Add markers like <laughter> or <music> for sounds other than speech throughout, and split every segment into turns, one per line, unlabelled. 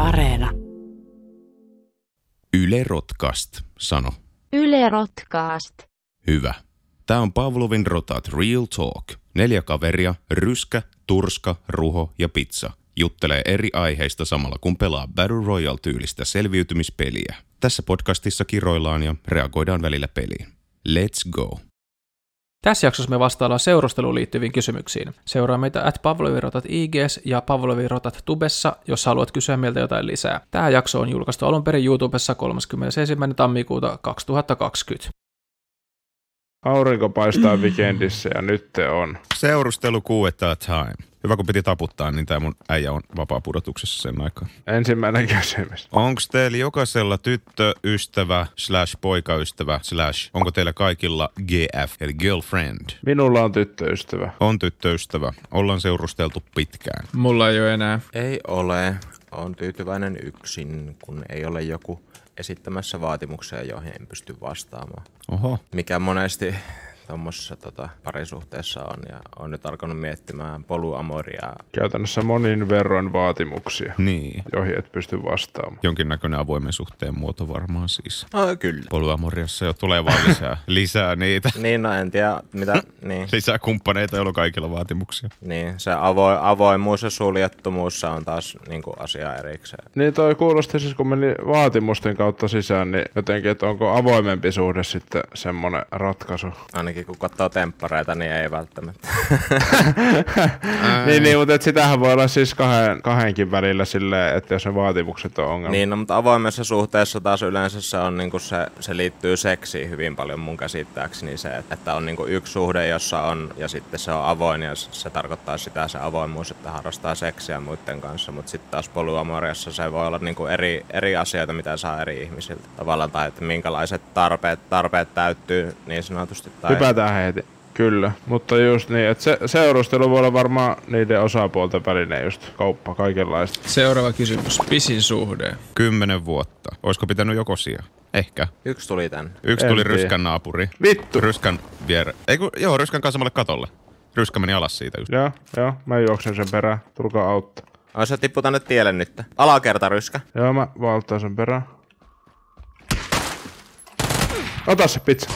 Areena.
Yle Rotkast, sano.
Yle Rotkaast.
Hyvä. Tämä on Pavlovin Rotat Real Talk. Neljä kaveria, ryskä, turska, ruho ja pizza, juttelee eri aiheista samalla kun pelaa Battle Royale-tyylistä selviytymispeliä. Tässä podcastissa kiroillaan ja reagoidaan välillä peliin. Let's go.
Tässä jaksossa me vastaillaan seurusteluun liittyviin kysymyksiin. Seuraa meitä at Pavlovirotat IGs ja Pavlovirotat Tubessa, jos haluat kysyä meiltä jotain lisää. Tämä jakso on julkaistu alun perin YouTubessa 31. tammikuuta 2020.
Aurinko paistaa vikendissä ja nyt te on.
Seurustelu kuu at a time. Hyvä kun piti taputtaa, niin tämä mun äijä on vapaa pudotuksessa sen aikaan.
Ensimmäinen kysymys.
Onko teillä jokaisella tyttöystävä slash poikaystävä slash onko teillä kaikilla GF eli girlfriend?
Minulla on tyttöystävä.
On tyttöystävä. Ollaan seurusteltu pitkään.
Mulla ei ole enää.
Ei ole. On tyytyväinen yksin, kun ei ole joku esittämässä vaatimuksia, joihin en pysty vastaamaan.
Oho.
Mikä monesti tuommoisessa tota, parisuhteessa on. Ja on nyt alkanut miettimään poluamoriaa.
Käytännössä monin verroin vaatimuksia,
Niin.
joihin et pysty vastaamaan.
Jonkinnäköinen avoimen suhteen muoto varmaan siis.
Ah, kyllä.
Polyamoriassa jo tulee vaan
<laughs>
lisää. lisää niitä.
Niin, no en tiedä mitä, niin,
Lisää kumppaneita, joilla on kaikilla vaatimuksia.
niin se avo, avoimuus ja suljettomuus se on taas niin kuin, asia erikseen.
Niin toi kuulosti siis, kun meni vaatimusten kautta sisään, niin jotenkin, että onko avoimempi suhde sitten semmonen ratkaisu.
Ainakin kun katsoo temppareita, niin ei välttämättä. <laughs>
niin, niin, mutta et sitähän voi olla siis kahden, kahdenkin välillä silleen, että jos ne vaatimukset on ongelma.
Niin, no, mutta avoimessa suhteessa taas yleensä se, on, niin kuin se, se liittyy seksiin hyvin paljon mun käsittääkseni se, että- että on niin kuin yksi suhde, jossa on ja sitten se on avoin ja se, se tarkoittaa sitä se avoimuus, että harrastaa seksiä muiden kanssa, mutta sitten taas polyamoriassa se voi olla niin kuin eri, eri asioita, mitä saa eri ihmisiltä tavallaan tai että minkälaiset tarpeet, tarpeet täyttyy niin sanotusti. Tai...
Hypätään heti. Kyllä, mutta just niin, että se, seurustelu voi olla varmaan niiden osapuolten välinen just kauppa kaikenlaista.
Seuraava kysymys. Pisin suhde.
Kymmenen vuotta. Olisiko pitänyt joko sijaa? Ehkä.
Yksi tuli tän.
Yksi
En
tuli
tiedä.
ryskän naapuri.
Vittu.
Ryskän viere. Ei kun, joo, ryskän kanssa samalle katolle. Ryskä meni alas siitä just.
Joo, joo, mä juoksen sen perään. Tulkaa auttaa.
Ois se tippu tänne tielle nyt. Alakertaryskä.
Joo, mä valtaan sen perään. Ota se pizza.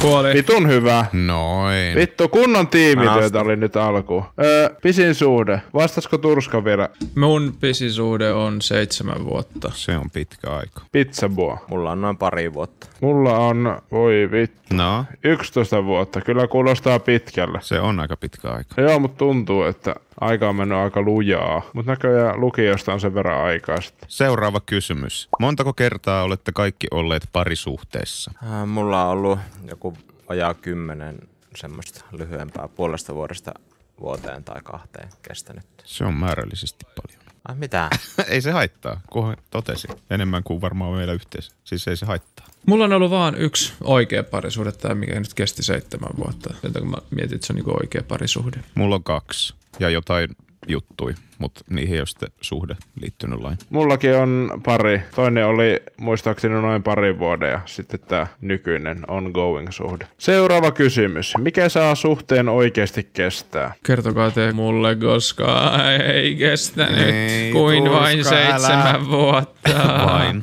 Kuoli.
Vitun hyvää.
Noin.
Vittu, kunnon tiimityötä oli nyt alkuun. Öö, pisin suhde. Vastasko Turska vielä?
Mun pisin suhde on seitsemän vuotta.
Se on pitkä aika.
Pizzabua.
Mulla on noin pari vuotta.
Mulla on, voi vittu,
No,
11 vuotta. Kyllä kuulostaa pitkälle.
se on aika pitkä aika.
Joo, mutta tuntuu, että aika on mennyt aika lujaa. Mutta näköjään lukiosta on sen verran aikaa sitten.
Seuraava kysymys. Montako kertaa olette kaikki olleet parisuhteessa?
Äh, Mulla on ollut joku vajaa kymmenen semmoista lyhyempää puolesta vuodesta vuoteen tai kahteen kestänyt.
Se on määrällisesti paljon. <laughs>
Ai mitä?
ei se haittaa, kunhan totesin. Enemmän kuin varmaan meillä yhteensä. Siis ei se haittaa.
Mulla on ollut vaan yksi oikea parisuhde, tämä mikä nyt kesti seitsemän vuotta. Sen takia mä mietin, että se on niinku oikea parisuhde.
Mulla on kaksi ja jotain juttui, mutta niihin ei ole sitten suhde liittynyt lain.
Mullakin on pari. Toinen oli muistaakseni noin pari vuoden ja sitten tämä nykyinen ongoing suhde. Seuraava kysymys. Mikä saa suhteen oikeasti kestää?
Kertokaa te mulle, koska ei kestänyt
Ei,
kuin
Turska,
vain
älä.
seitsemän vuotta.
Vain.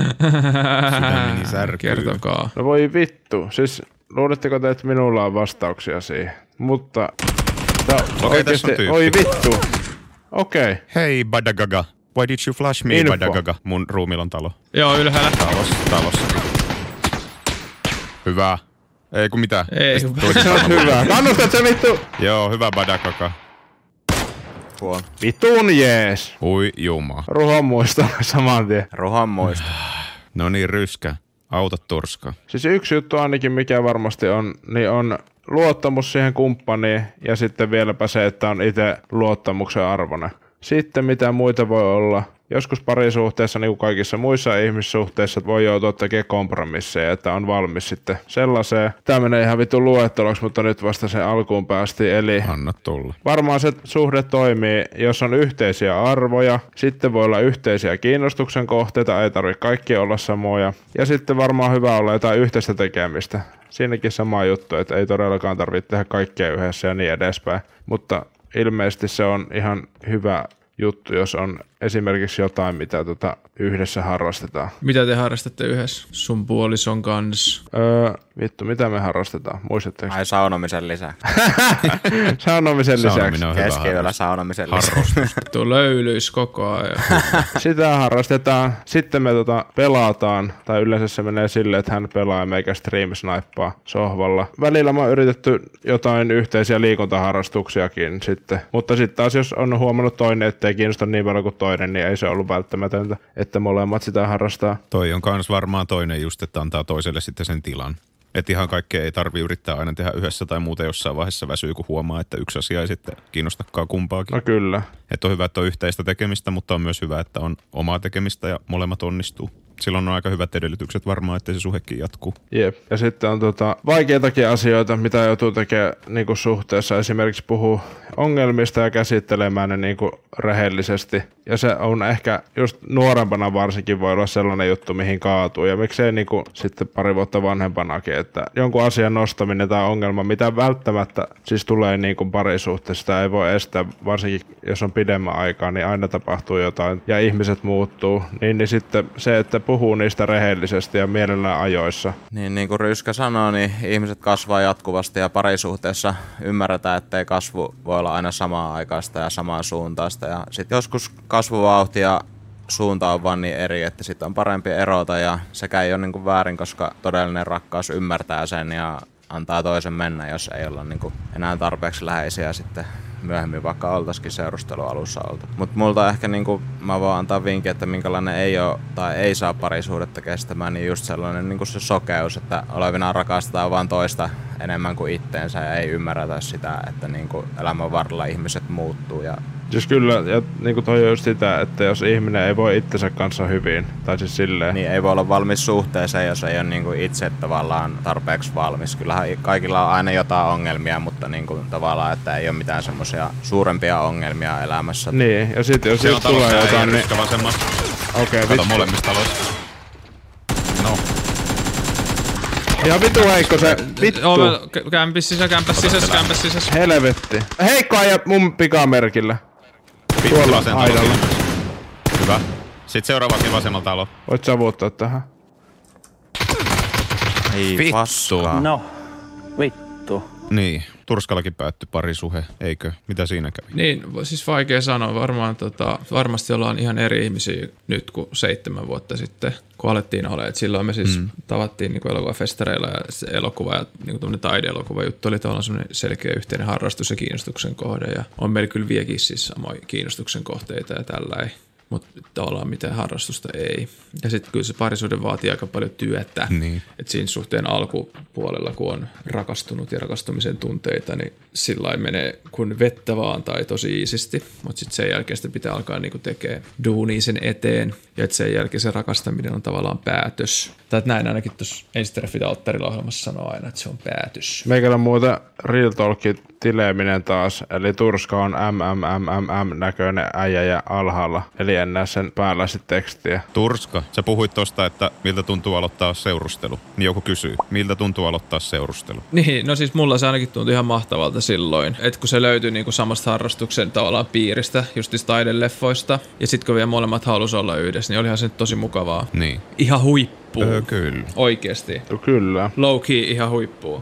<laughs>
Sydämeni särkyy.
Kertokaa.
No voi vittu. Siis luuletteko te, että minulla on vastauksia siihen? Mutta... Tää
Okei, tässä on tyyppi.
Oi vittu. Okei. Okay.
Hei Badagaga. Why did you flash me
Info.
Badagaga? Mun ruumiilla on talo.
Joo, ylhäällä.
Talossa, talossa. Hyvä. Ei kun mitä.
Ei,
Se on hyvä. Kannustat se vittu.
Joo, hyvä Badagaga.
Huon.
Vitun jees.
Ui juma.
Ruho muistaa saman tien.
Ruhan muista.
No niin, ryskä. Auta turska.
Siis yksi juttu ainakin, mikä varmasti on, niin on luottamus siihen kumppaniin ja sitten vieläpä se, että on itse luottamuksen arvona. Sitten mitä muita voi olla. Joskus parisuhteessa, niin kuin kaikissa muissa ihmissuhteissa, voi joutua tekemään kompromisseja, että on valmis sitten sellaiseen. Tämä menee ihan vittu luetteloksi, mutta nyt vasta sen alkuun päästi. Eli
Anna tulla.
Varmaan se suhde toimii, jos on yhteisiä arvoja, sitten voi olla yhteisiä kiinnostuksen kohteita, ei tarvitse kaikki olla samoja. Ja sitten varmaan hyvä olla jotain yhteistä tekemistä. Siinäkin sama juttu, että ei todellakaan tarvitse tehdä kaikkea yhdessä ja niin edespäin. Mutta ilmeisesti se on ihan hyvä juttu, jos on esimerkiksi jotain, mitä tota yhdessä harrastetaan.
Mitä te harrastatte yhdessä sun puolison kanssa?
Öö, vittu, mitä me harrastetaan? Muistatteko?
Ai saunomisen lisää.
Saunomisen lisäksi.
Saunominen on hyvä
Keskiyöllä
harrastus.
saunomisen lisää.
Harrastus.
Tuo löylyys koko ajan.
Sitä harrastetaan. Sitten me tota pelataan, tai yleensä se menee silleen, että hän pelaa ja meikä stream snaippaa sohvalla. Välillä mä oon yritetty jotain yhteisiä liikuntaharrastuksiakin sitten. Mutta sitten taas jos on huomannut toinen, ettei kiinnosta niin paljon kuin toinen, niin ei se ollut välttämätöntä, että molemmat sitä harrastaa.
Toi on kans varmaan toinen just, että antaa toiselle sitten sen tilan. Että ihan kaikkea ei tarvi yrittää aina tehdä yhdessä tai muuten jossain vaiheessa väsyy, kun huomaa, että yksi asia ei sitten kiinnostakaan kumpaakin.
No kyllä.
Että on hyvä, että on yhteistä tekemistä, mutta on myös hyvä, että on omaa tekemistä ja molemmat onnistuu. Silloin on aika hyvät edellytykset varmaan, että se suhekin jatkuu.
Jep. Ja sitten on tota, vaikeitakin asioita, mitä joutuu tekemään niin kuin suhteessa. Esimerkiksi puhuu ongelmista ja käsittelemään ne niin kuin rehellisesti. Ja se on ehkä just nuorempana varsinkin voi olla sellainen juttu, mihin kaatuu. Ja miksei niin kuin, sitten pari vuotta vanhempanakin, että jonkun asian nostaminen tai ongelma, mitä välttämättä siis tulee niin kuin parisuhteessa, sitä ei voi estää, varsinkin jos on pidemmän aikaa, niin aina tapahtuu jotain ja ihmiset muuttuu. Niin, niin sitten se, että puhuu niistä rehellisesti ja mielellään ajoissa,
Niin, niin kuin Ryskä sanoi, niin ihmiset kasvaa jatkuvasti ja parisuhteessa ymmärretään, että ei kasvu voi olla aina samaa aikaista ja samaa suuntaista. Ja sit joskus kasvuvauhti ja suunta on vaan niin eri, että sitten on parempi erota ja sekä ei ole niin kuin väärin, koska todellinen rakkaus ymmärtää sen ja antaa toisen mennä, jos ei olla niin kuin enää tarpeeksi läheisiä sitten myöhemmin, vaikka oltaisikin seurustelualussa oltu. Mutta multa ehkä niinku, mä voin antaa vinkin, että minkälainen ei ole tai ei saa parisuudetta kestämään, niin just sellainen niinku se sokeus, että olevina rakastetaan vaan toista enemmän kuin itteensä ja ei ymmärretä sitä, että niinku elämän varrella ihmiset muuttuu ja
Siis kyllä, ja niin kuin toi on just sitä, että jos ihminen ei voi itsensä kanssa hyvin, tai siis silleen, niin.
Niin ei voi olla valmis suhteeseen, jos ei ole niin kuin itse tavallaan tarpeeksi valmis. Kyllähän kaikilla on aina jotain ongelmia, mutta niin kuin tavallaan, että ei ole mitään semmoisia suurempia ongelmia elämässä.
niin. ja sitten jos sit tulee jotain, niin
vasemmassa.
okei, okay,
Kato
vittu.
molemmista taloista. No,
Ja vitu heikko se, vittu,
Joo, mä- kä- kämpäs sisä, kämpäs sisässä, kämpäs sisässä.
helvetti. Heikko aja mun pikamerkillä.
vittu
Tuolla
vasemmalla.
aidalla.
Hyvä. Sitten seuraavaksi vasemmalta talo.
Voit savuttaa tähän.
Ei
Vittu.
paskaa.
No, vittu.
Niin, Turskallakin päättyi parisuhe, eikö? Mitä siinä kävi?
Niin, va- siis vaikea sanoa. Varmaan, tota, varmasti ollaan ihan eri ihmisiä nyt kuin seitsemän vuotta sitten, kun alettiin olla. Et silloin me siis mm. tavattiin niin elokuvafestareilla ja se elokuva ja niin taideelokuva juttu oli tavallaan semmoinen selkeä yhteinen harrastus ja kiinnostuksen kohde. Ja on meillä kyllä vieläkin siis samoja kiinnostuksen kohteita ja tällä mutta tavallaan mitään harrastusta ei. Ja sitten kyllä se parisuuden vaatii aika paljon työtä.
Niin.
Et siinä suhteen alkupuolella, kun on rakastunut ja rakastumisen tunteita, niin sillä lailla menee kuin vettä vaan tai tosi iisisti. Mutta sitten sen jälkeen sitä pitää alkaa niinku tekemään duunia sen eteen. Ja et sen jälkeen se rakastaminen on tavallaan päätös. Tai et näin ainakin tuossa Ensitreffit alttarilla ohjelmassa sanoo aina, että se on päätös.
Meikällä on muuten Real Talkin tileeminen taas, eli Turska on MMMMM näköinen äijä ja alhaalla, eli en näe sen päällä sit tekstiä.
Turska, sä puhuit tosta, että miltä tuntuu aloittaa seurustelu. Niin joku kysyy, miltä tuntuu aloittaa seurustelu?
Niin, no siis mulla se ainakin tuntui ihan mahtavalta silloin, että kun se löytyi niinku samasta harrastuksen tavallaan piiristä, just niistä taideleffoista, ja sitten kun vielä molemmat halusi olla yhdessä, niin olihan se nyt tosi mukavaa.
Niin.
Ihan huippu.
Öö, kyllä.
Oikeesti.
No Kyllä.
Low key ihan huippua.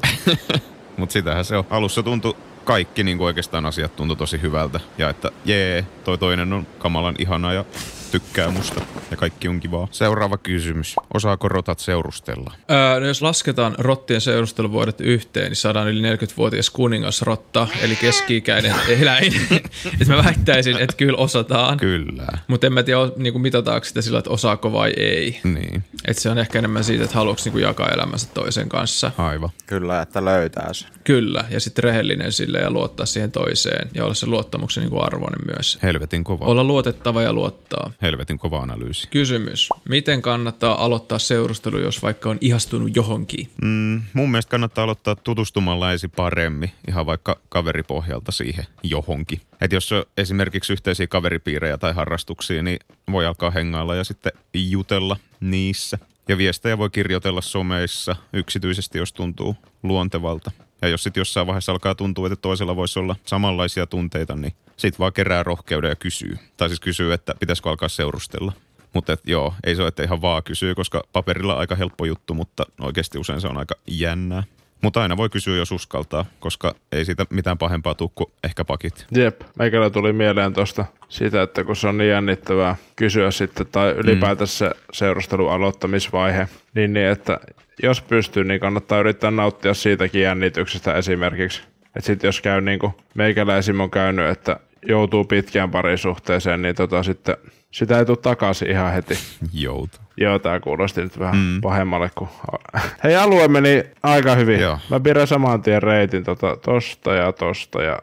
Mutta sitähän se on. Alussa tuntui kaikki niin oikeastaan asiat tuntui tosi hyvältä. Ja että jee, toi toinen on kamalan ihana ja tykkää musta. Ja kaikki on kivaa. Seuraava kysymys. Osaako rotat seurustella?
öö, no jos lasketaan rottien seurusteluvuodet yhteen, niin saadaan yli 40-vuotias kuningasrotta, eli keski-ikäinen eläin. <laughs> Et mä väittäisin, että kyllä osataan.
Kyllä.
Mutta en mä tiedä, niin mitataanko sitä sillä, että osaako vai ei.
Niin,
Et se on ehkä enemmän siitä, että haluatko niinku jakaa elämänsä toisen kanssa.
aivan.
Kyllä, että löytää sen.
Kyllä, ja sitten rehellinen sille ja luottaa siihen toiseen ja olla se luottamuksen niinku arvoinen myös.
Helvetin kova.
Olla luotettava ja luottaa.
Helvetin kova analyysi.
Kysymys. Miten kannattaa aloittaa seurustelu, jos vaikka on ihastunut johonkin?
Mm, mun mielestä kannattaa aloittaa tutustumalla ensin paremmin, ihan vaikka kaveripohjalta siihen johonkin. Et jos on esimerkiksi yhteisiä kaveripiirejä tai harrastuksia, niin voi alkaa hengailla ja sitten jutella niissä. Ja viestejä voi kirjoitella someissa yksityisesti, jos tuntuu luontevalta. Ja jos sitten jossain vaiheessa alkaa tuntua, että toisella voisi olla samanlaisia tunteita, niin sit vaan kerää rohkeuden ja kysyy. Tai siis kysyy, että pitäisikö alkaa seurustella. Mutta et, joo, ei se ole, että ihan vaan kysyy, koska paperilla on aika helppo juttu, mutta oikeasti usein se on aika jännää. Mutta aina voi kysyä, jos uskaltaa, koska ei siitä mitään pahempaa tule kuin ehkä pakit.
Jep, meikällä tuli mieleen tuosta sitä, että kun se on niin jännittävää kysyä sitten, tai ylipäätänsä se seurustelun aloittamisvaihe, niin, niin että jos pystyy, niin kannattaa yrittää nauttia siitäkin jännityksestä esimerkiksi. Että sitten jos käy niin kuin meikäläisim on käynyt, että joutuu pitkään parisuhteeseen, niin tota sitten sitä ei tule takaisin ihan heti.
Joutu.
Joo, tää kuulosti nyt vähän mm. pahemmalle kuin... <laughs> Hei, alue meni aika hyvin.
Joo.
Joo. Mä pidän saman tien reitin tota, tosta ja tosta ja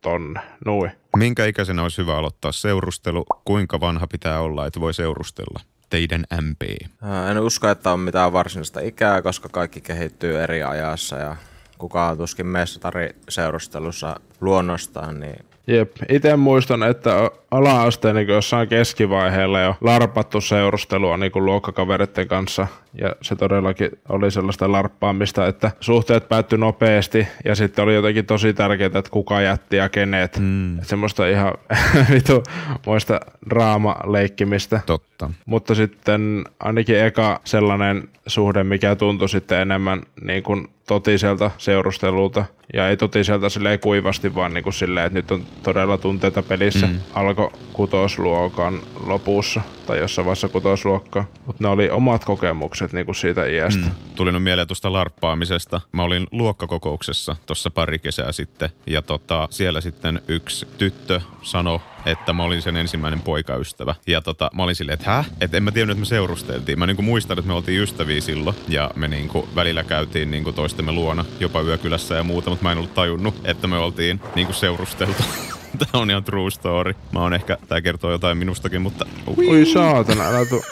tonne. Nui.
Minkä ikäisenä olisi hyvä aloittaa seurustelu? Kuinka vanha pitää olla, että voi seurustella? Teidän MP.
Ää, Öö, En usko, että on mitään varsinaista ikää, koska kaikki kehittyy eri ajassa ja kukaan tuskin mestari seurustelussa luonnostaan, niin
Jep. Itse muistan, että o- ala-asteen niin jossain keskivaiheella jo larpattu seurustelua niin luokkakavereiden kanssa. Ja se todellakin oli sellaista larppaamista, että suhteet päättyi nopeasti ja sitten oli jotenkin tosi tärkeää, että kuka jätti ja kenet. Mm. Semmoista ihan <laughs> vitu muista draama-leikkimistä.
Totta.
Mutta sitten ainakin eka sellainen suhde, mikä tuntui sitten enemmän niin kuin totiselta seurustelulta. Ja ei totiselta silleen kuivasti, vaan niin kuin silleen, että nyt on todella tunteita pelissä. Mm. Alkoi kutosluokan lopussa tai jossain vaiheessa kutosluokkaa. Mutta ne oli omat kokemukset niin kuin siitä iästä. Mm.
Tuli nyt mieleen tuosta larppaamisesta. Mä olin luokkakokouksessa tuossa pari kesää sitten ja tota, siellä sitten yksi tyttö sanoi, että mä olin sen ensimmäinen poikaystävä. Ja tota, mä olin silleen, että häh? Että en mä tiennyt, että me seurusteltiin. Mä niinku muistan, että me oltiin ystäviä silloin ja me niinku välillä käytiin niinku toistemme luona, jopa yökylässä ja muuta, mutta mä en ollut tajunnut, että me oltiin niinku seurusteltu. <laughs> Tämä on ihan true story. Mä oon ehkä, tää kertoo jotain minustakin, mutta
Oi saatana, älä tuu.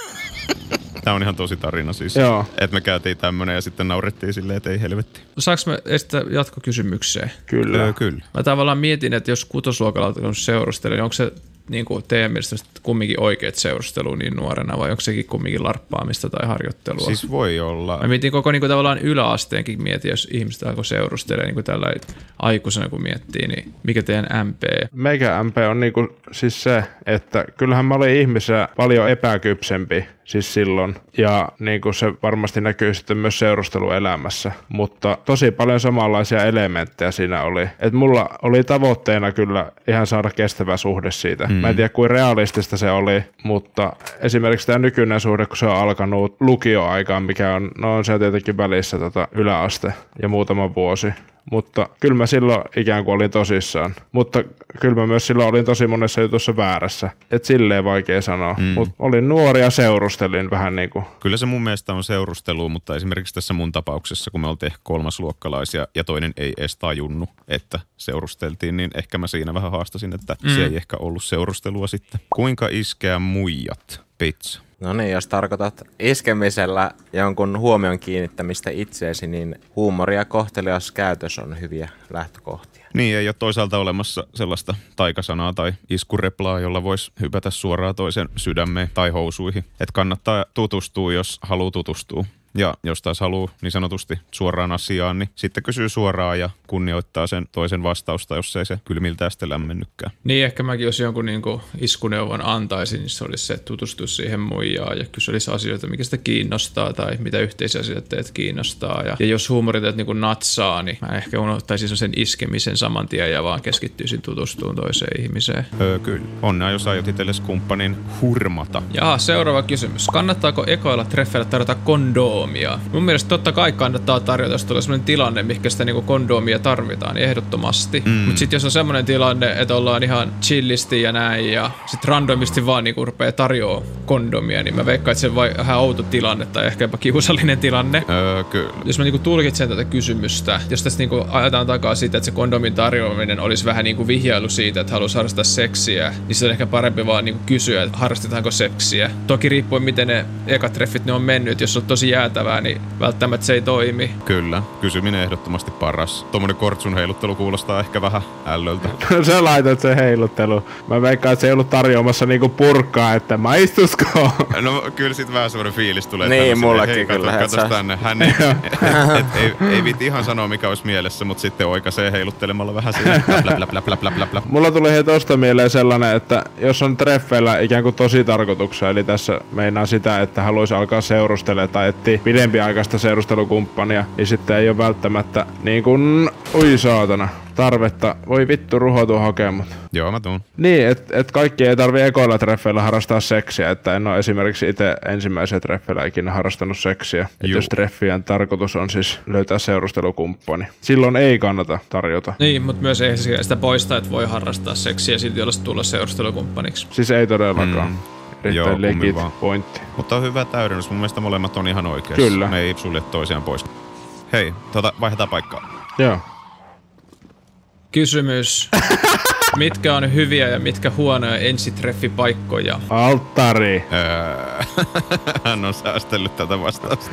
Tämä on ihan tosi tarina siis.
Joo.
Että me käytiin tämmönen ja sitten naurettiin silleen, että ei helvetti.
Saanko mä esittää jatkokysymykseen?
Kyllä.
kyllä.
Mä tavallaan mietin, että jos kutosluokalla on seurustelu, niin onko se niin kuin teidän mielestä kumminkin oikeat seurustelu niin nuorena vai onko sekin kumminkin larppaamista tai harjoittelua?
Siis voi olla.
Mä mietin koko niin kuin, tavallaan yläasteenkin mietin, jos ihmiset alkoi seurustelemaan niin kuin tällä aikuisena kun miettii, niin mikä teidän MP?
Meikä MP on niinku siis se, että kyllähän mä olin ihmisenä paljon epäkypsempi siis silloin. Ja niinku se varmasti näkyy sitten myös seurusteluelämässä. Mutta tosi paljon samanlaisia elementtejä siinä oli. Et mulla oli tavoitteena kyllä ihan saada kestävä suhde siitä. Mm. Mä en tiedä kuin realistista se oli, mutta esimerkiksi tämä nykyinen suhde, kun se on alkanut lukioaikaan, mikä on, no on se tietenkin välissä tota yläaste ja muutama vuosi mutta kyllä mä silloin ikään kuin olin tosissaan. Mutta kyllä mä myös silloin olin tosi monessa jutussa väärässä. Et silleen vaikea sanoa. Mm. Mutta olin nuori ja seurustelin vähän niin kuin.
Kyllä se mun mielestä on seurustelu, mutta esimerkiksi tässä mun tapauksessa, kun me oltiin ehkä kolmasluokkalaisia ja toinen ei edes tajunnut, että seurusteltiin, niin ehkä mä siinä vähän haastasin, että mm. se ei ehkä ollut seurustelua sitten. Kuinka iskeä muijat? Pizza.
No niin, jos tarkoitat iskemisellä jonkun huomion kiinnittämistä itseesi, niin huumori ja kohtelias käytös on hyviä lähtökohtia.
Niin, ei ole toisaalta olemassa sellaista taikasanaa tai iskureplaa, jolla voisi hypätä suoraan toisen sydämeen tai housuihin. Et kannattaa tutustua, jos haluaa tutustua. Ja jos taas haluaa niin sanotusti suoraan asiaan, niin sitten kysyy suoraan ja kunnioittaa sen toisen vastausta, jos ei se kylmiltä sitten lämmennykkään.
Niin ehkä mäkin jos jonkun niin kuin iskuneuvon antaisin, niin se olisi se, että tutustu siihen muijaan ja kyselisi asioita, mikä sitä kiinnostaa tai mitä yhteisiä asioita teet kiinnostaa. Ja, ja jos huumoriteet niin kuin natsaa, niin mä ehkä unohtaisin sen iskemisen saman tien ja vaan keskittyisin tutustumaan toiseen ihmiseen.
Öö, kyllä. Onnea, jos aiot itsellesi kumppanin hurmata.
Jaha, seuraava kysymys. Kannattaako ekoilla treffeillä tarjota kondoomia? Mun mielestä totta kai kannattaa tarjota, jos tulee sellainen tilanne, mikä sitä niinku kondoomia tarvitaan, niin ehdottomasti. Mm. Mutta sitten jos on sellainen tilanne, että ollaan ihan chillisti ja näin, ja sitten randomisti vaan niinku rupeaa tarjoaa kondomia, niin mä veikkaan, että se on vai- vähän outo tilanne tai ehkä jopa kiusallinen tilanne.
Öö, kyllä.
Jos mä niinku tulkitsen tätä kysymystä, jos tässä niinku ajetaan takaa siitä, että se kondomin tarjoaminen olisi vähän niinku vihjailu siitä, että haluaisi harrastaa seksiä, niin se on ehkä parempi vaan niinku kysyä, että harrastetaanko seksiä. Toki riippuen miten ne ekat treffit ne on mennyt, jos on tosi jää, ymmärtävää, niin välttämättä se ei toimi.
Kyllä, kysyminen ehdottomasti paras. Tuommoinen kortsun heiluttelu kuulostaa ehkä vähän ällöltä.
<laughs> Sä laitat sen heiluttelu. Mä veikkaan, että se ei ollut tarjoamassa niinku purkkaa, että maistusko?
No kyllä sit vähän semmoinen fiilis tulee.
Niin,
tämmösen,
mullekin
hei, kato-
kyllä, et
katos
sä-
tänne. Hän ei, et, ei, ei viti ihan sanoa mikä olisi mielessä, mutta sitten oikaisee heiluttelemalla vähän siinä. Plä, plä, plä, plä, plä, plä, plä.
Mulla tuli heti tosta mieleen sellainen, että jos on treffeillä ikään kuin tosi tarkoituksena, eli tässä meinaa sitä, että haluaisi alkaa seurustelemaan tai etsiä pidempiaikaista seurustelukumppania, niin sitten ei ole välttämättä niin kuin, ui saatana, tarvetta. Voi vittu, ruhotu hakemat.
Joo, mä tuun.
Niin, että et kaikki ei tarvi ekoilla treffeillä harrastaa seksiä, että en ole esimerkiksi itse ensimmäisellä treffeillä ikinä harrastanut seksiä. Et
Juu.
jos treffien tarkoitus on siis löytää seurustelukumppani, silloin ei kannata tarjota.
Niin, mutta myös ei se sitä poista, että voi harrastaa seksiä ja silti olla tulla seurustelukumppaniksi.
Siis ei todellakaan. Mm.
Joo,
Erittäin
kummin
legit
vaan.
pointti.
Mutta on hyvä täydennys. Mun mielestä molemmat on ihan oikeassa.
Kyllä.
Ne ei sulje toisiaan pois. Hei, tota, vaihdetaan paikkaa.
Joo.
Kysymys. <laughs> Mitkä on hyviä ja mitkä huonoja ensitreffipaikkoja?
Alttari. <laughs>
Öö, <laughs> hän on säästellyt tätä vastausta.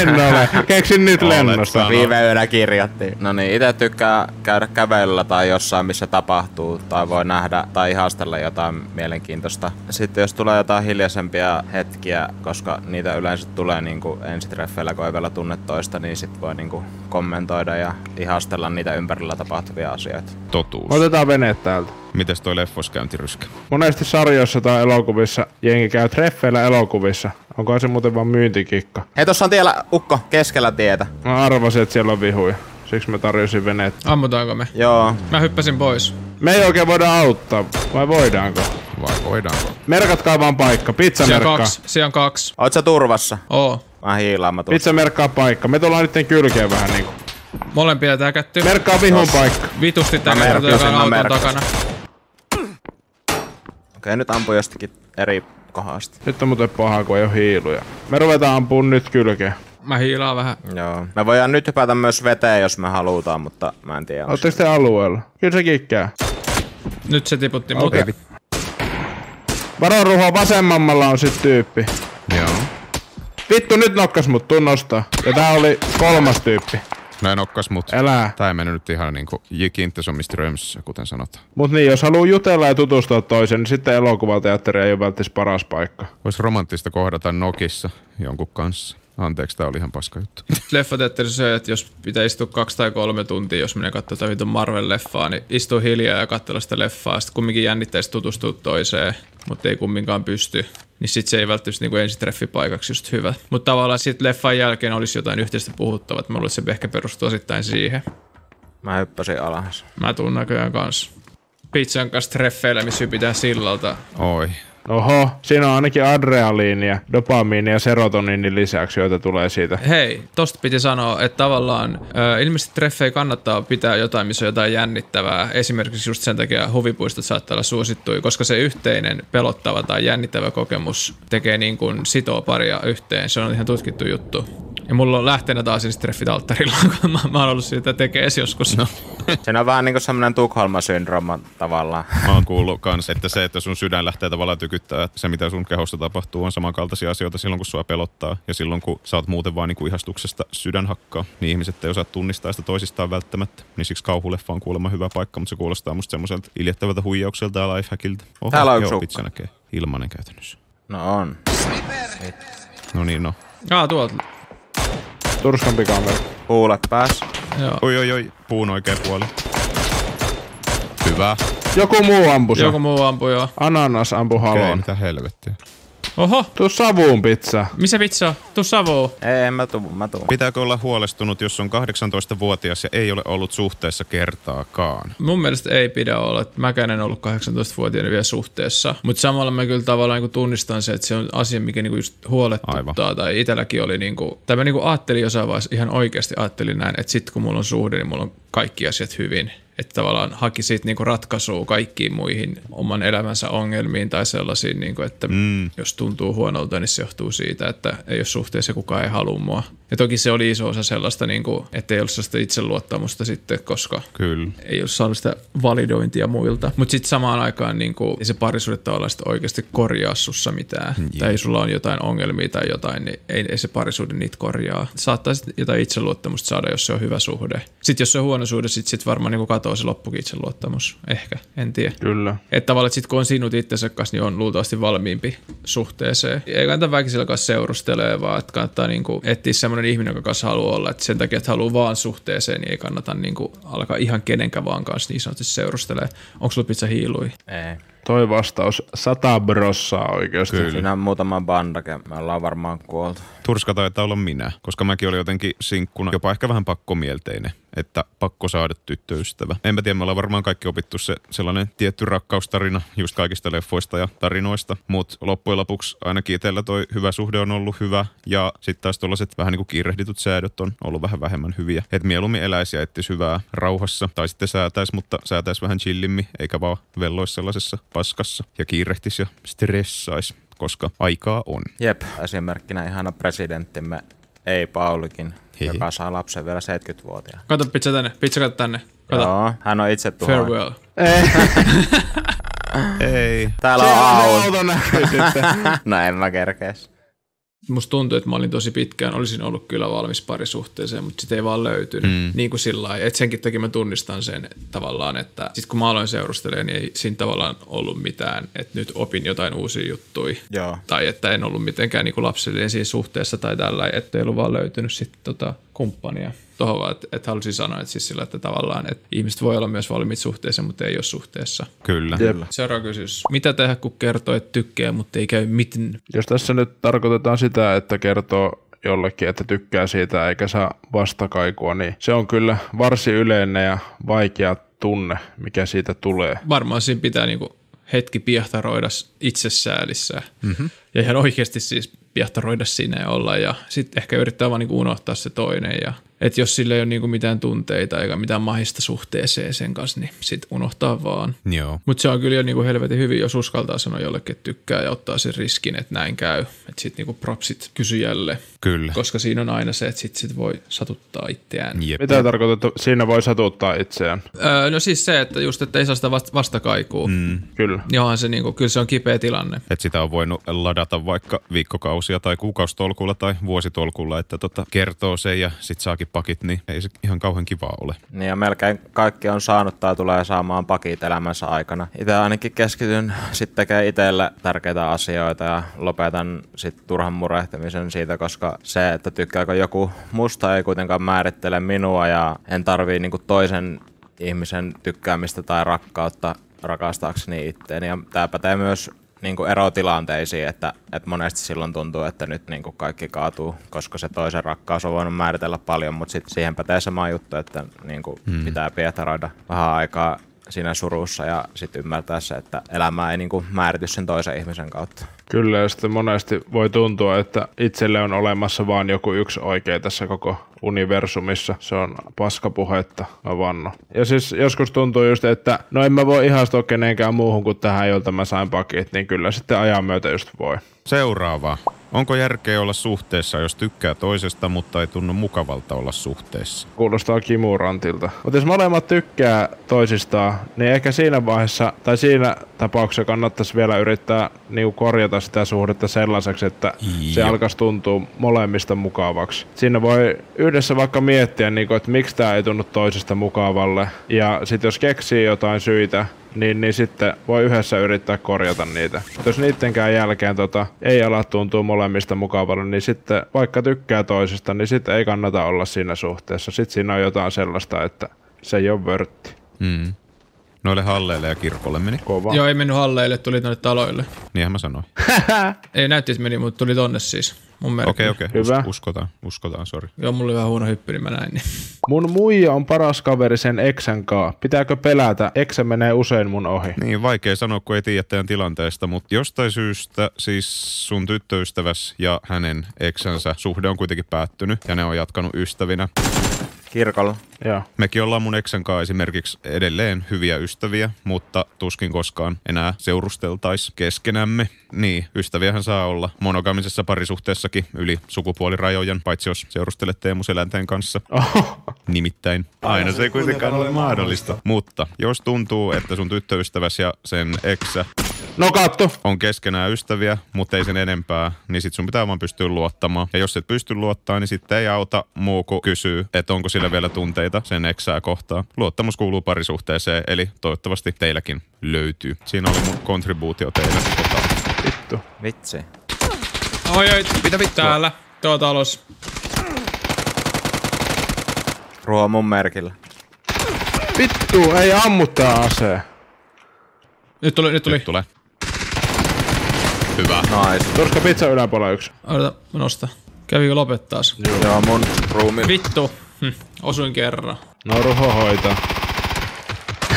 en ole. No niin. Keksin nyt
Olet
lennosta.
saanut.
Viime yönä kirjoitti. No niin, itse tykkää käydä kävelyllä tai jossain, missä tapahtuu tai voi nähdä tai ihastella jotain mielenkiintoista. Sitten jos tulee jotain hiljaisempia hetkiä, koska niitä yleensä tulee niin kuin ensitreffeillä, kun ei vielä tunne toista, niin sitten voi niin kuin kommentoida ja ihastella niitä ympärillä tapahtuvia asioita.
Totuus.
Otetaan vene täältä.
Mites toi leffoskäyntiryskä?
Monesti sarjoissa tai elokuvissa jengi käy treffeillä elokuvissa. Onko se muuten vaan myyntikikka?
Hei, tuossa on tiellä ukko keskellä tietä.
Mä arvasin, että siellä on vihuja. Siksi mä tarjosin veneet.
Ammutaanko me?
Joo,
Mä hyppäsin pois.
Me ei oikein voida auttaa. Vai voidaanko?
Vai voidaanko?
Merkatkaa vaan paikka. Pizza
Siellä on
merkkaa.
kaksi. Siellä on kaksi.
oot sä turvassa?
Oo.
Mä hiilaan, mä tuun.
Pizza merkkaa paikka. Me tullaan nytten kylkeen vähän niinku.
Molempia täkätty.
Merkkaa vihun paikka.
Vitusti
Mä
täkätty,
merkkasin,
joka on
mä
auton
merkkasin.
takana.
Okei, nyt ampuu jostakin eri kohdasta.
Nyt on muuten paha, kun ei ole hiiluja. Me ruvetaan ampuun nyt kylkeen.
Mä hiilaan vähän.
Joo. Me voidaan nyt hypätä myös veteen, jos me halutaan, mutta mä en tiedä.
Oletteko te alueella? Kyllä se kikkää.
Nyt se tiputti mut.
Okei. Varo ruho vasemmammalla on sit tyyppi.
Joo.
Vittu nyt nokkas mut tunnosta. Ja tää oli kolmas tyyppi.
Näin nokkas mut.
Älä.
Tää ei mennyt nyt ihan niinku jikintä som strömsä, kuten sanotaan.
Mut niin, jos haluu jutella ja tutustua toiseen, niin sitten elokuvateatteri ei ole välttis paras paikka.
Olisi romanttista kohdata nokissa jonkun kanssa. Anteeksi, tää oli ihan paska juttu.
Leffateatterissa se, että jos pitää istua kaksi tai kolme tuntia, jos menee katsomaan jotain vitun Marvel-leffaa, niin istuu hiljaa ja katsella sitä leffaa. Sitten kumminkin jännittäisi tutustua toiseen, mutta ei kumminkaan pysty. Niin sit se ei välttämättä niinku ensitreffipaikaksi just hyvä. Mutta tavallaan sit leffan jälkeen olisi jotain yhteistä puhuttavaa, että mä luulen, että se ehkä perustuu osittain siihen.
Mä hyppäsin alas.
Mä tuun näköjään kanssa. Pizzan kanssa treffeillä, missä pitää sillalta.
Oi.
Oho, siinä on ainakin adrealiinia, dopamiinia ja serotoniinin lisäksi, joita tulee siitä.
Hei, tosta piti sanoa, että tavallaan ö, ilmeisesti treffei kannattaa pitää jotain, missä on jotain jännittävää. Esimerkiksi just sen takia huvipuistot saattaa olla suosittuja, koska se yhteinen pelottava tai jännittävä kokemus tekee niin kuin sitoo paria yhteen. Se on ihan tutkittu juttu. Ja mulla on lähteenä taas siis treffit alttarilla, <laughs> kun mä, mä oon ollut siitä tekees joskus. No.
Siinä on vähän niinku semmonen Tukholma-syndrooma tavallaan.
Mä oon kuullut kans, että se, että sun sydän lähtee tavallaan tykyttää, että se mitä sun kehossa tapahtuu on samankaltaisia asioita silloin, kun sua pelottaa. Ja silloin, kun sä oot muuten vaan niinku ihastuksesta sydän hakkaa, niin ihmiset ei osaa tunnistaa sitä toisistaan välttämättä. Niin siksi kauhuleffa on kuulemma hyvä paikka, mutta se kuulostaa musta semmoiselta iljettävältä huijaukselta ja lifehackilta. Oho,
Täällä on yksi
joo,
ukko.
pitkä näkee. Ilmanen käytännössä.
No on.
No niin, no.
Aa, tuolta.
Turskan pikamera.
Kuule pääs.
Joo.
Oi, oi, oi. Puun oikea puoli. Hyvä.
Joku muu ampu sen.
Joku muu ampuu joo.
Ananas ampu
Okei,
haloon.
mitä helvettiä.
Oho,
Tuu savuun pizza.
missä vitsa? on? Tuu Savoon.
Ei, en mä tuu, mä tuu.
Pitääkö olla huolestunut, jos on 18-vuotias ja ei ole ollut suhteessa kertaakaan?
Mun mielestä ei pidä olla, että mäkään en ollut 18-vuotiaana vielä suhteessa, mutta samalla mä kyllä tavallaan niin tunnistan se, että se on asia, mikä niin just huolettuttaa, Aivan. tai itselläkin oli, niin kuin, tai mä niin ajattelin jossain vaiheessa ihan oikeasti ajattelin näin, että sit kun mulla on suhde, niin mulla on kaikki asiat hyvin. että tavallaan haki siitä niinku ratkaisua kaikkiin muihin oman elämänsä ongelmiin tai sellaisiin, niinku, että mm. jos tuntuu huonolta, niin se johtuu siitä, että ei ole suhteessa ja kukaan ei halua mua. Ja toki se oli iso osa sellaista, niinku, että ei ollut sellaista itseluottamusta sitten, koska
Kyllä.
ei ole saanut sitä validointia muilta. Mutta sitten samaan aikaan niin kuin, ei se parisuhde tavallaan sit oikeasti korjaa sussa mitään. Yeah. Tai sulla on jotain ongelmia tai jotain, niin ei, ei se parisuhde niitä korjaa. Saattaa sit jotain itseluottamusta saada, jos se on hyvä suhde. Sitten jos se on huono suhde, sitten sit varmaan niin kuin katoaa se loppukin itseluottamus. Ehkä, en tiedä.
Kyllä.
Että tavallaan, että sit kun on sinut itsensä kanssa, niin on luultavasti valmiimpi suhteeseen. Ei kannata väkisellä kanssa seurustelee, vaan että kannattaa niinku etsiä semmoinen ihminen, joka kanssa haluaa olla. Että sen takia, että haluaa vaan suhteeseen, niin ei kannata niinku alkaa ihan kenenkään vaan kanssa niin sanotusti seurustelee. Onko sulla pizza hiilui?
Ei.
Toi vastaus sata brossaa oikeasti.
Siinä on muutama bandake. Me ollaan varmaan kuoltu.
Turska taitaa olla minä, koska mäkin olin jotenkin sinkkuna, jopa ehkä vähän pakkomielteinen, että pakko saada tyttöystävä. En mä tiedä, me ollaan varmaan kaikki opittu se sellainen tietty rakkaustarina just kaikista leffoista ja tarinoista, mutta loppujen lopuksi ainakin itsellä toi hyvä suhde on ollut hyvä ja sitten taas tuollaiset vähän niin kuin kiirehditut säädöt on ollut vähän vähemmän hyviä. Et mieluummin eläisi ja etsisi hyvää rauhassa tai sitten säätäisi, mutta säätäisi vähän chillimmin eikä vaan velloisi sellaisessa paskassa ja kiirehtisi ja stressaisi koska aikaa on.
Jep. Esimerkkinä ihana presidenttimme ei Paulikin,
Hihi.
joka saa lapsen vielä 70-vuotiaana.
Kato pizza tänne, pizza kato tänne. Kato.
Joo, hän on itse tuohon.
Farewell.
Ei.
Täällä on Aun.
<laughs>
Auto näkyy sitten.
<laughs> No en mä kerkees.
Musta tuntuu, että mä olin tosi pitkään, olisin ollut kyllä valmis parisuhteeseen, mutta sitä ei vaan löytynyt. Mm. Niin kuin sillä lailla. Et senkin takia mä tunnistan sen että tavallaan, että sit kun mä aloin seurustelemaan, niin ei siinä tavallaan ollut mitään, että nyt opin jotain uusia juttuja.
Joo.
Tai että en ollut mitenkään niin lapsellinen siinä suhteessa tai tällä, että ei ollut vaan löytynyt sitten tota kumppania. Tuohon vaan, että, että halusin sanoa, että siis sillä, että tavallaan, että ihmiset voi olla myös valmiit suhteeseen, mutta ei ole suhteessa.
Kyllä.
Jep.
Seuraava kysymys. Mitä tehdä, kun kertoo, että tykkää, mutta ei käy miten?
Jos tässä nyt tarkoitetaan sitä, että kertoo jollekin, että tykkää siitä eikä saa vastakaikua, niin se on kyllä varsin yleinen ja vaikea tunne, mikä siitä tulee.
varmaan siinä pitää niinku hetki piehtaroida itsesäälissä. Mm-hmm. Ja ihan oikeasti siis piehtaroida siinä ja olla. Ja sitten ehkä yrittää vaan niinku unohtaa se toinen. Ja, et jos sillä ei ole niinku mitään tunteita eikä mitään mahista suhteeseen sen kanssa, niin sitten unohtaa vaan.
Joo.
Mutta se on kyllä jo niinku helvetin hyvin, jos uskaltaa sanoa jollekin, että tykkää ja ottaa sen riskin, että näin käy. Että sitten niinku propsit kysyjälle,
Kyllä.
koska siinä on aina se, että sitten sit voi satuttaa itseään.
Jep.
Mitä tarkoitat, että siinä voi satuttaa itseään?
Öö, no siis se, että just, että ei saa sitä vast- vastakaikua. Mm.
Kyllä.
Johan se, niinku, kyllä se on kipeä tilanne.
Että sitä on voinut ladata vaikka viikkokausia tai kuukausitolkulla tai vuositolkulla, että tota, kertoo sen ja sit saakin pakit, niin ei se ihan kauhean kivaa ole.
Niin ja melkein kaikki on saanut tai tulee saamaan pakit elämänsä aikana. Itse ainakin keskityn <laughs> sitten tekemään itselle tärkeitä asioita ja lopetan sitten turhan murehtimisen siitä, koska se, että tykkääkö joku musta ei kuitenkaan määrittele minua ja en tarvii niinku toisen ihmisen tykkäämistä tai rakkautta rakastaakseni itteeni. Ja tämä pätee myös niin kuin erotilanteisiin, että, että monesti silloin tuntuu, että nyt niin kuin kaikki kaatuu, koska se toisen rakkaus on voinut määritellä paljon, mutta sit siihen pätee sama juttu, että niin kuin hmm. pitää pietaroida vähän aikaa siinä surussa ja sitten ymmärtää se, että elämä ei niin kuin määrity sen toisen ihmisen kautta.
Kyllä, ja sitten monesti voi tuntua, että itselle on olemassa vain joku yksi oikea tässä koko universumissa. Se on paskapuhetta, mä vanno. Ja siis joskus tuntuu just, että no en mä voi ihastua kenenkään muuhun kuin tähän, jolta mä sain pakit, niin kyllä sitten ajan myötä just voi.
Seuraavaa. Onko järkeä olla suhteessa, jos tykkää toisesta, mutta ei tunnu mukavalta olla suhteessa?
Kuulostaa kimurantilta. Mutta jos molemmat tykkää toisistaan, niin ehkä siinä vaiheessa tai siinä tapauksessa kannattaisi vielä yrittää niinku korjata sitä suhdetta sellaiseksi, että se
Joo.
alkaisi tuntua molemmista mukavaksi. Siinä voi yhdessä vaikka miettiä, niinku, että miksi tämä ei tunnu toisesta mukavalle. Ja sitten jos keksii jotain syitä, niin, niin sitten voi yhdessä yrittää korjata niitä. Mut Jos niittenkään jälkeen tota, ei ala tuntua molemmista mukavalle, niin sitten vaikka tykkää toisesta, niin sitten ei kannata olla siinä suhteessa. Sitten siinä on jotain sellaista, että se ei ole vörtti.
Mm. Noille halleille ja kirkolle meni.
Kova.
Joo, ei mennyt halleille, tuli tonne taloille.
Niinhän mä sanoin.
Ei näytti, että meni, mutta tuli tonne siis. Mun merkki.
Okei, okei.
Hyvä.
Us- uskotaan, uskotaan, sori.
Joo, mulla oli vähän huono hyppy, niin mä näin. Niin.
Mun muija on paras kaveri sen eksän kaa. Pitääkö pelätä? Eksä menee usein mun ohi.
Niin, vaikea sanoa, kun ei tiedä teidän tilanteesta, mutta jostain syystä siis sun tyttöystäväs ja hänen eksänsä suhde on kuitenkin päättynyt ja ne on jatkanut ystävinä.
Kirkolla.
Joo.
Mekin ollaan mun eksän kanssa esimerkiksi edelleen hyviä ystäviä, mutta tuskin koskaan enää seurusteltais keskenämme. Niin, ystäviähän saa olla monogamisessa parisuhteessakin yli sukupuolirajojen, paitsi jos seurustelet Teemu Selänteen kanssa. Nimittäin aina se ei kuitenkaan ole mahdollista. Mutta jos tuntuu, että sun tyttöystäväs ja sen eksä
No katso.
on keskenään ystäviä, mutta ei sen enempää, niin sit sun pitää vaan pystyä luottamaan. Ja jos et pysty luottamaan, niin sitten ei auta muu kuin kysyy, että onko sillä vielä tunteita sen eksää kohtaan. Luottamus kuuluu parisuhteeseen, eli toivottavasti teilläkin löytyy. Siinä oli mun kontribuutio teille. Tota,
Vittu.
Vitsi.
<laughs> Oi, oi, mitä vittua? Täällä, tuo talous.
Ruo mun merkillä.
Vittu, ei ammu tää asee.
Nyt tuli, nyt tuli.
nyt tulee. Hyvä.
Nice.
Turska pizza yläpuolella yksi.
Odota, mä nostan. Kävikö lopettaa se?
Joo, Joo mun ruumi.
Vittu. Hm, osuin kerran.
No ruho hoitaa.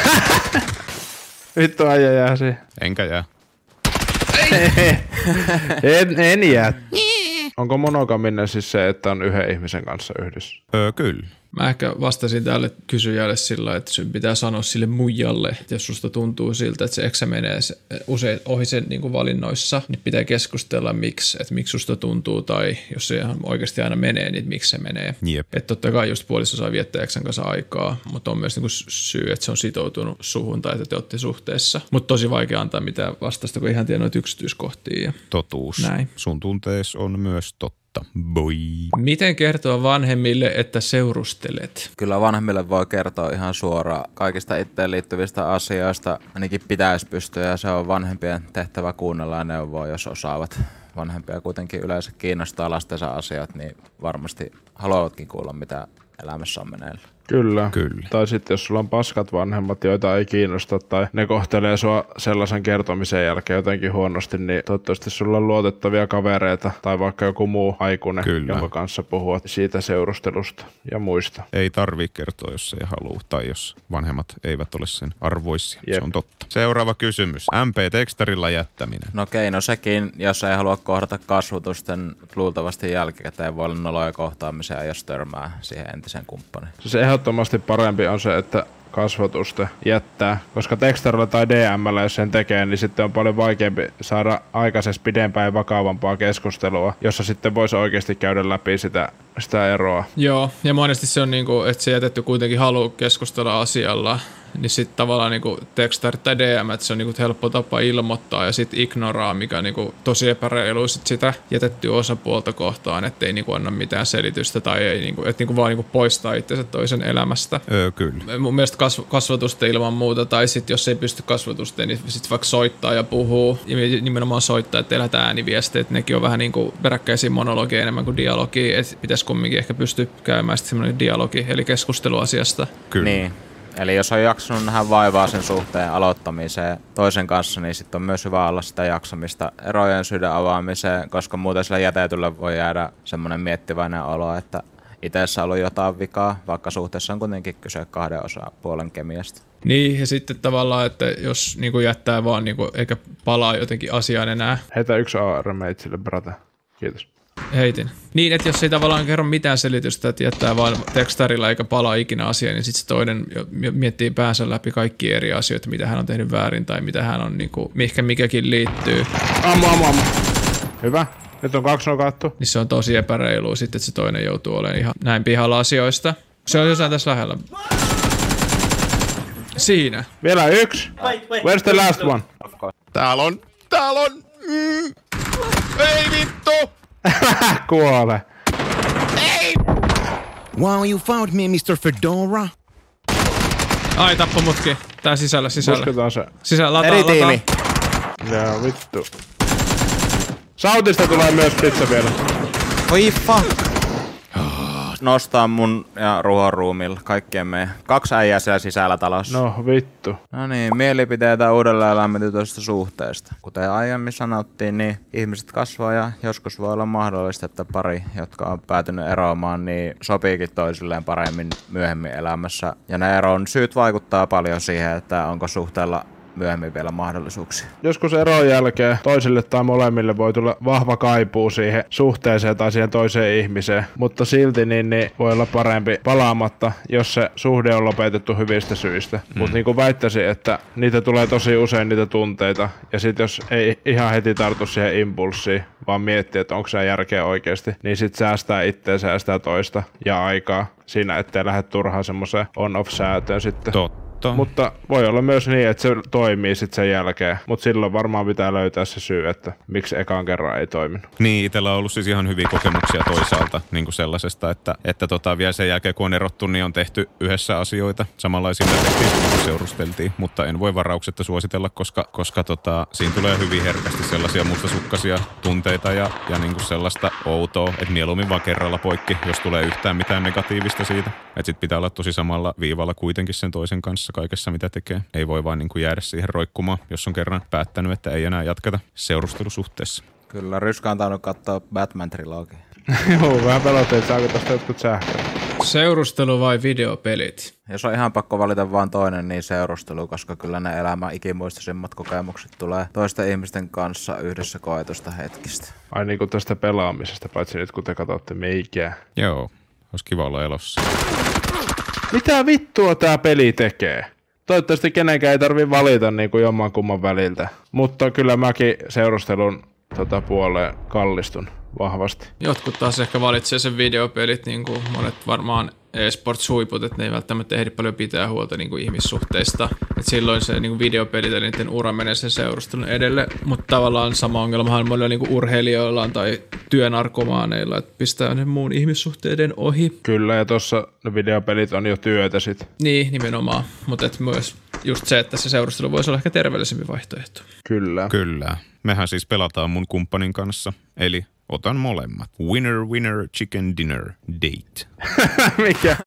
<laughs> Vittu äijä jää siihen.
Enkä jää.
En, en jää. Onko monogaminen siis se, että on yhden ihmisen kanssa yhdessä?
Öö, kyllä.
Mä ehkä vastasin tälle kysyjälle sillä, että sun pitää sanoa sille muijalle, että jos susta tuntuu siltä, että se eksä menee se- usein ohi sen niin kuin valinnoissa, niin pitää keskustella miksi, että miksi susta tuntuu tai jos se ihan oikeasti aina menee, niin miksi se menee.
Jep.
Että totta kai just puolissa saa viettää eksän kanssa aikaa, mutta on myös niin kuin syy, että se on sitoutunut suhun tai että te olette suhteessa. Mutta tosi vaikea antaa mitään vastausta, kun ei ihan tiedä noita yksityiskohtia. ja-
Totuus.
Näin.
Sun tuntees on myös totta. Boy.
Miten kertoa vanhemmille, että seurustelet?
Kyllä vanhemmille voi kertoa ihan suoraan kaikista itteen liittyvistä asioista. Ainakin pitäisi pystyä ja se on vanhempien tehtävä kuunnella ja neuvoa, jos osaavat. Vanhempia kuitenkin yleensä kiinnostaa lastensa asiat, niin varmasti haluavatkin kuulla, mitä elämässä on meneillä.
Kyllä.
Kyllä.
Tai sitten jos sulla on paskat vanhemmat, joita ei kiinnosta tai ne kohtelee sua sellaisen kertomisen jälkeen jotenkin huonosti, niin toivottavasti sulla on luotettavia kavereita tai vaikka joku muu aikuinen,
Kyllä.
jonka kanssa puhua siitä seurustelusta ja muista.
Ei tarvii kertoa, jos ei halua, tai jos vanhemmat eivät ole sen arvoisia.
Jep.
Se on totta. Seuraava kysymys. MP-tekstarilla jättäminen.
No keino sekin, jos ei halua kohdata kasvutusten, luultavasti jälkikäteen voi olla noloja kohtaamisia, jos törmää siihen entisen kumppanin.
Siis ehdottomasti parempi on se, että kasvatusta jättää, koska tekstarilla tai DMllä, jos sen tekee, niin sitten on paljon vaikeampi saada aikaiseksi pidempää ja vakavampaa keskustelua, jossa sitten voisi oikeasti käydä läpi sitä, sitä eroa.
Joo, ja monesti se on niinku, että se jätetty kuitenkin halu keskustella asialla, niin sitten tavallaan niinku tekstarit tai DM, että se on niinku helppo tapa ilmoittaa ja sitten ignoraa, mikä niinku tosi epäreilu sit sitä jätettyä osapuolta kohtaan, ettei niinku anna mitään selitystä tai ei niinku, että niinku vaan niinku poistaa itsensä toisen elämästä.
Öö, kyllä.
Mun mielestä kasv- kasvatusta ilman muuta, tai sitten jos ei pysty kasvatusten, niin sitten vaikka soittaa ja puhuu. Ja nimenomaan soittaa, että elätään ääniviestejä, että nekin on vähän niin kuin peräkkäisiä monologeja enemmän kuin dialogia, että pitäisi kumminkin ehkä pystyä käymään sitten semmoinen dialogi, eli keskustelu asiasta.
Kyllä.
Niin. Eli jos on jaksanut nähdä vaivaa sen suhteen aloittamiseen toisen kanssa, niin sitten on myös hyvä olla sitä jaksamista erojen syiden avaamiseen, koska muuten sillä jätetyllä voi jäädä semmoinen miettiväinen olo, että itessä on ollut jotain vikaa, vaikka suhteessa on kuitenkin kyse kahden osapuolen kemiasta.
Niin, ja sitten tavallaan, että jos niin kuin jättää vaan, niin kuin, eikä palaa jotenkin asiaan enää,
Heitä yksi AR meitsille, brata. Kiitos.
heitin. Niin, että jos ei tavallaan kerro mitään selitystä, että jättää vaan tekstarilla eikä palaa ikinä asiaan, niin sitten se toinen jo- jo miettii päänsä läpi kaikki eri asioita, mitä hän on tehnyt väärin tai mitä hän on, niin kuin, mihinkä mikäkin liittyy,
Ammu, ammu, ammu. Hyvä. Nyt on kaksi nokattu.
niin se on tosi epäreilua sitten, että se toinen joutuu olemaan ihan näin pihalla asioista. Se on jossain tässä lähellä. Siinä.
Vielä yksi. Where's the last one?
Täällä on, täällä on. Mm. Ei vittu!
Kuole.
Wow, you found me, Mr. Fedora.
Ai, tappo mutki. Tää sisällä, sisällä.
Pusketaan se.
Sisällä, lataa, Eri lataa. Tiimi.
Joo, vittu. Sautista tulee myös pizza vielä.
Oi fuck! Nostaa mun ja ruoan ruumilla kaikkien meidän. Kaksi äijää siellä sisällä talossa.
No vittu.
No niin, mielipiteitä uudelleen lämmitetystä suhteesta. Kuten aiemmin sanottiin, niin ihmiset kasvaa ja joskus voi olla mahdollista, että pari, jotka on päätynyt eroamaan, niin sopiikin toisilleen paremmin myöhemmin elämässä. Ja ne eron syyt vaikuttaa paljon siihen, että onko suhteella myöhemmin vielä mahdollisuuksia.
Joskus eron jälkeen toisille tai molemmille voi tulla vahva kaipuu siihen suhteeseen tai siihen toiseen ihmiseen, mutta silti niin, niin voi olla parempi palaamatta, jos se suhde on lopetettu hyvistä syistä. Mm. Mutta niin kuin väittäisin, että niitä tulee tosi usein niitä tunteita, ja sitten jos ei ihan heti tartu siihen impulssiin, vaan miettii, että onko se järkeä oikeasti, niin sitten säästää itseä, säästää toista ja aikaa siinä, ettei lähde turhaan semmoiseen on-off-säätöön sitten.
Totta.
Mutta voi olla myös niin, että se toimii sitten sen jälkeen. Mutta silloin varmaan pitää löytää se syy, että miksi ekaan kerran ei toiminut.
Niin, itsellä on ollut siis ihan hyviä kokemuksia toisaalta niin kuin sellaisesta, että, että tota, vielä sen jälkeen kun on erottu, niin on tehty yhdessä asioita. Samanlaisia me tehtiin, kun seurusteltiin, mutta en voi varauksetta suositella, koska, koska tota, siinä tulee hyvin herkästi sellaisia mustasukkasia tunteita ja, ja niin kuin sellaista outoa, että mieluummin vaan kerralla poikki, jos tulee yhtään mitään negatiivista siitä. Että sit pitää olla tosi samalla viivalla kuitenkin sen toisen kanssa kaikessa, mitä tekee. Ei voi vaan niin kuin jäädä siihen roikkumaan, jos on kerran päättänyt, että ei enää jatketa seurustelusuhteessa.
Kyllä, Ryskä on tainnut katsoa Batman-trilogia.
<laughs> Joo, vähän pelotin, että saako tästä jotkut sähköä.
Seurustelu vai videopelit?
Jos on ihan pakko valita vaan toinen, niin seurustelu, koska kyllä ne elämän ikimuistoisimmat kokemukset tulee toisten ihmisten kanssa yhdessä koetusta hetkistä.
Ai niin kuin tästä pelaamisesta, paitsi nyt kun te katsotte meikää.
Joo, olisi kiva olla elossa.
Mitä vittua tää peli tekee? Toivottavasti kenenkään ei tarvi valita niin kuin jomman kumman väliltä. Mutta kyllä mäkin seurustelun tota puoleen kallistun vahvasti.
Jotkut taas ehkä valitsee sen videopelit, niin kuin monet varmaan e-sports-huiput, että ne ei välttämättä ehdi paljon pitää huolta niin kuin ihmissuhteista. Et silloin se niin kuin videopelit ja niiden ura menee sen seurustelun edelle, mutta tavallaan sama ongelmahan on monilla niin kuin urheilijoilla on tai työnarkomaaneilla, että pistää ne muun ihmissuhteiden ohi.
Kyllä, ja tossa ne videopelit on jo työtä sit.
Niin, nimenomaan, mutta myös just se, että se seurustelu voisi olla ehkä terveellisempi vaihtoehto.
Kyllä.
Kyllä. Mehän siis pelataan mun kumppanin kanssa, eli otan molemmat. Winner, winner, chicken dinner, date.
<laughs> Mikä?